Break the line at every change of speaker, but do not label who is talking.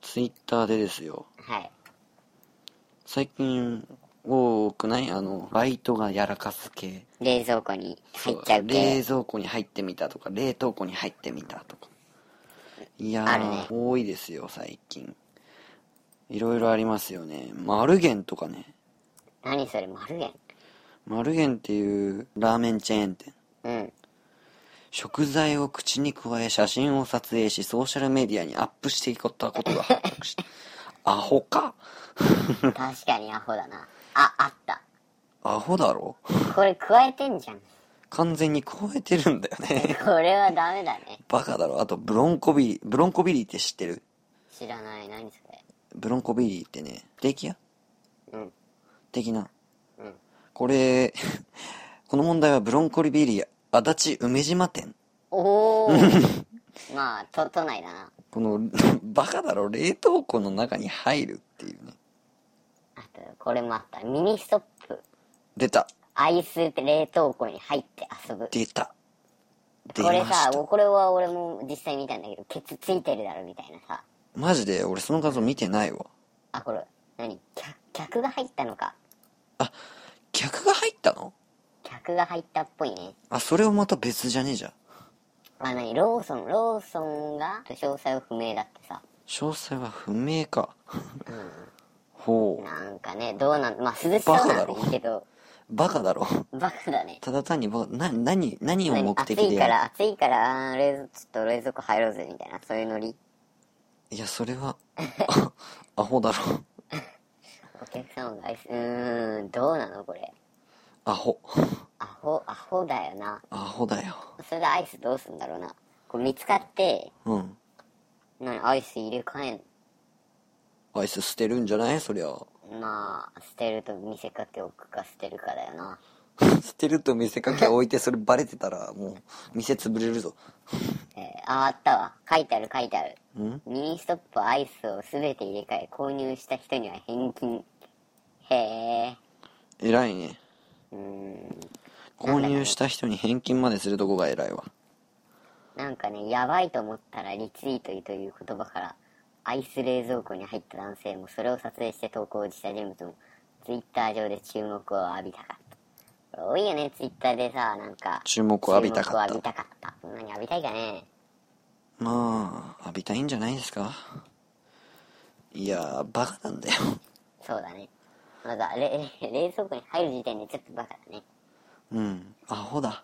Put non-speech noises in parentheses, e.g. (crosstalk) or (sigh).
ツイッターでですよ。
はい。
最近多くないあの、バイトがやらかす系。
冷蔵庫に入っちゃう
冷
系。
蔵庫に入ってみたとか、冷凍庫に入ってみたとか。いや
あるね
ー、多いですよ、最近。いろいろありますよね。マルゲンとかね。
何それ、丸源
マルゲンっていうラーメンチェーン店。 (laughs)
うん。
食材を口に加え写真を撮影しソーシャルメディアにアップしていったことが発覚したアホか
確かにアホだな。あ、あった。
アホだろ
これ加えて
(laughs)
んじゃん。
完全に超えてるんだよね
これはダメだね。
バカだろあとブロンコビリブロンコビリって知ってる
知らない。何それ。
ブロンコビリってねステーキ屋
うん。
的な
うん。
これ (laughs) この問題はブロンコビリ足立梅島店
おー。
(laughs)
まあ、と、都内だな。
この (laughs) バカだろ冷凍庫の中に入るっていうね
あと、これもあった。ミニストップ。
出た
アイス冷凍庫に入って遊ぶ。
出た出
これ
まし
さ、
た
これは俺も実際見たんだけど、ケツついてるだろみたいなさ。
マジで俺その画像見てないわ
あ、これ、何客客が入ったのか。
あ、客が入ったの
客が入ったっぽいね。
あ、それをまた別じゃねえじゃん。
まあ何ローソン、ローソンが詳細は不明だってさ。
詳細は不明か。ほう。
なんかね、どうなん、まあ涼しそうなんだいいけど、
バカだろ。
バカだね。
ただ単にバカ、な、何、何を
何
目
暑
的で
いか
や
ら、暑いから、あー冷蔵ちょっと冷蔵庫入ろうぜみたいな、そういうノリ。
るいや、それは、あアホだろ。
お客様がアイス、うーん、どうなのこれ。
アホ。
アホ、アホだよな。
アホだよ。
それでアイスどうすんだろうな。これ見つかって、
うん。
何アイス入れ替えん
アイス捨てるんじゃないそりゃ。
まあ捨てると見せかけ置くか捨てるかだよな
捨てると見せかけ置いてそれバレてたら、もう、店潰れるぞ。
えーああったわ書いてある書いてある
ん
ミニストップアイスを全て入れ替え購入した人には返金へえ
偉いね。
うーん
購入した人に返金までするとこが偉いわ。
なんかねやばいと思ったらリツイートという言葉からアイス冷蔵庫に入った男性もそれを撮影して投稿した人物もツイッター上で注目を浴びたかった多いよねツイッターでさなんか
注目を浴びたかった
注目を浴びたかったそんなに浴びたいかね
まあ、浴びたいんじゃないですかいやー、バカなんだよ。
そうだね。 (laughs) まだ、れ、冷蔵庫に入る時点でちょっとバカだね。
うん、アホだ。